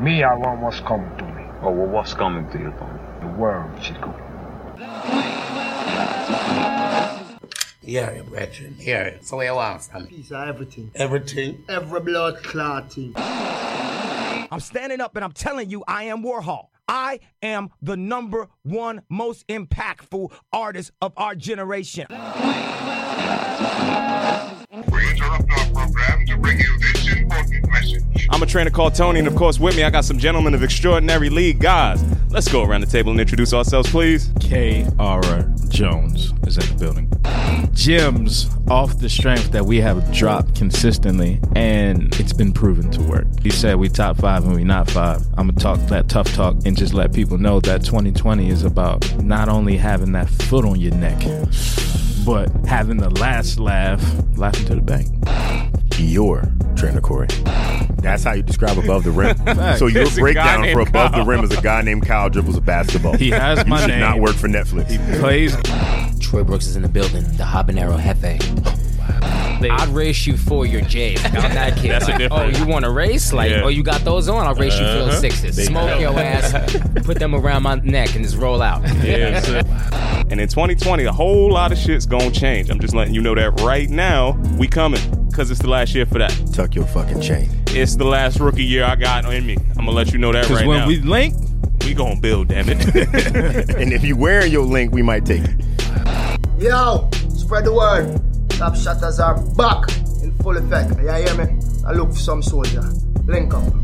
Me, I want what's coming to me. Oh, well, what's coming to you, Tony? The world, Chico. Yeah, it, Richard. Yeah, it. it's the way I want from it. Piece of everything. Everything. Every blood clotting. I'm standing up and I'm telling you, I am Warhol. I am the number one most impactful artist of our generation. We interrupt our program to bring you this important message. I'm a trainer called Tony, and of course, with me, I got some gentlemen of extraordinary league guys. Let's go around the table and introduce ourselves, please. K.R. Jones is in the building. Gyms off the strength that we have dropped consistently, and it's been proven to work. You said we top five and we not five. I'm gonna talk that tough talk and just let people know that 2020 is about not only having that foot on your neck, but having the last laugh, laughing to the bank. your trainer Corey. That's how you describe above the rim. so your It's a guy breakdown for named above the Kyle. rim is a guy named Kyle dribbles a basketball. He has You my should name. Not work for Netflix. Plays Troy Brooks is in the building. The habanero jefe. I'd race you for your J. I'm that kid. That's a like, different- Oh, you want to race? Like, Yeah. Uh-huh. oh, you got those on? I'll race you for those sixes. Smoke your ass, put them around my neck, and just roll out. Yeah, and in 2020, a whole lot of shit's gonna change. I'm just letting you know that right now, we coming, because it's the last year for that. Tuck your fucking chain. It's the last rookie year I got in me. I'm gonna let you know that because right when now. we link, we gonna build, damn it. And if you wearing your link, we might take it. Yo, spread the word. Top shutters are back in full effect. You hear me? I look for some soldier. Link up.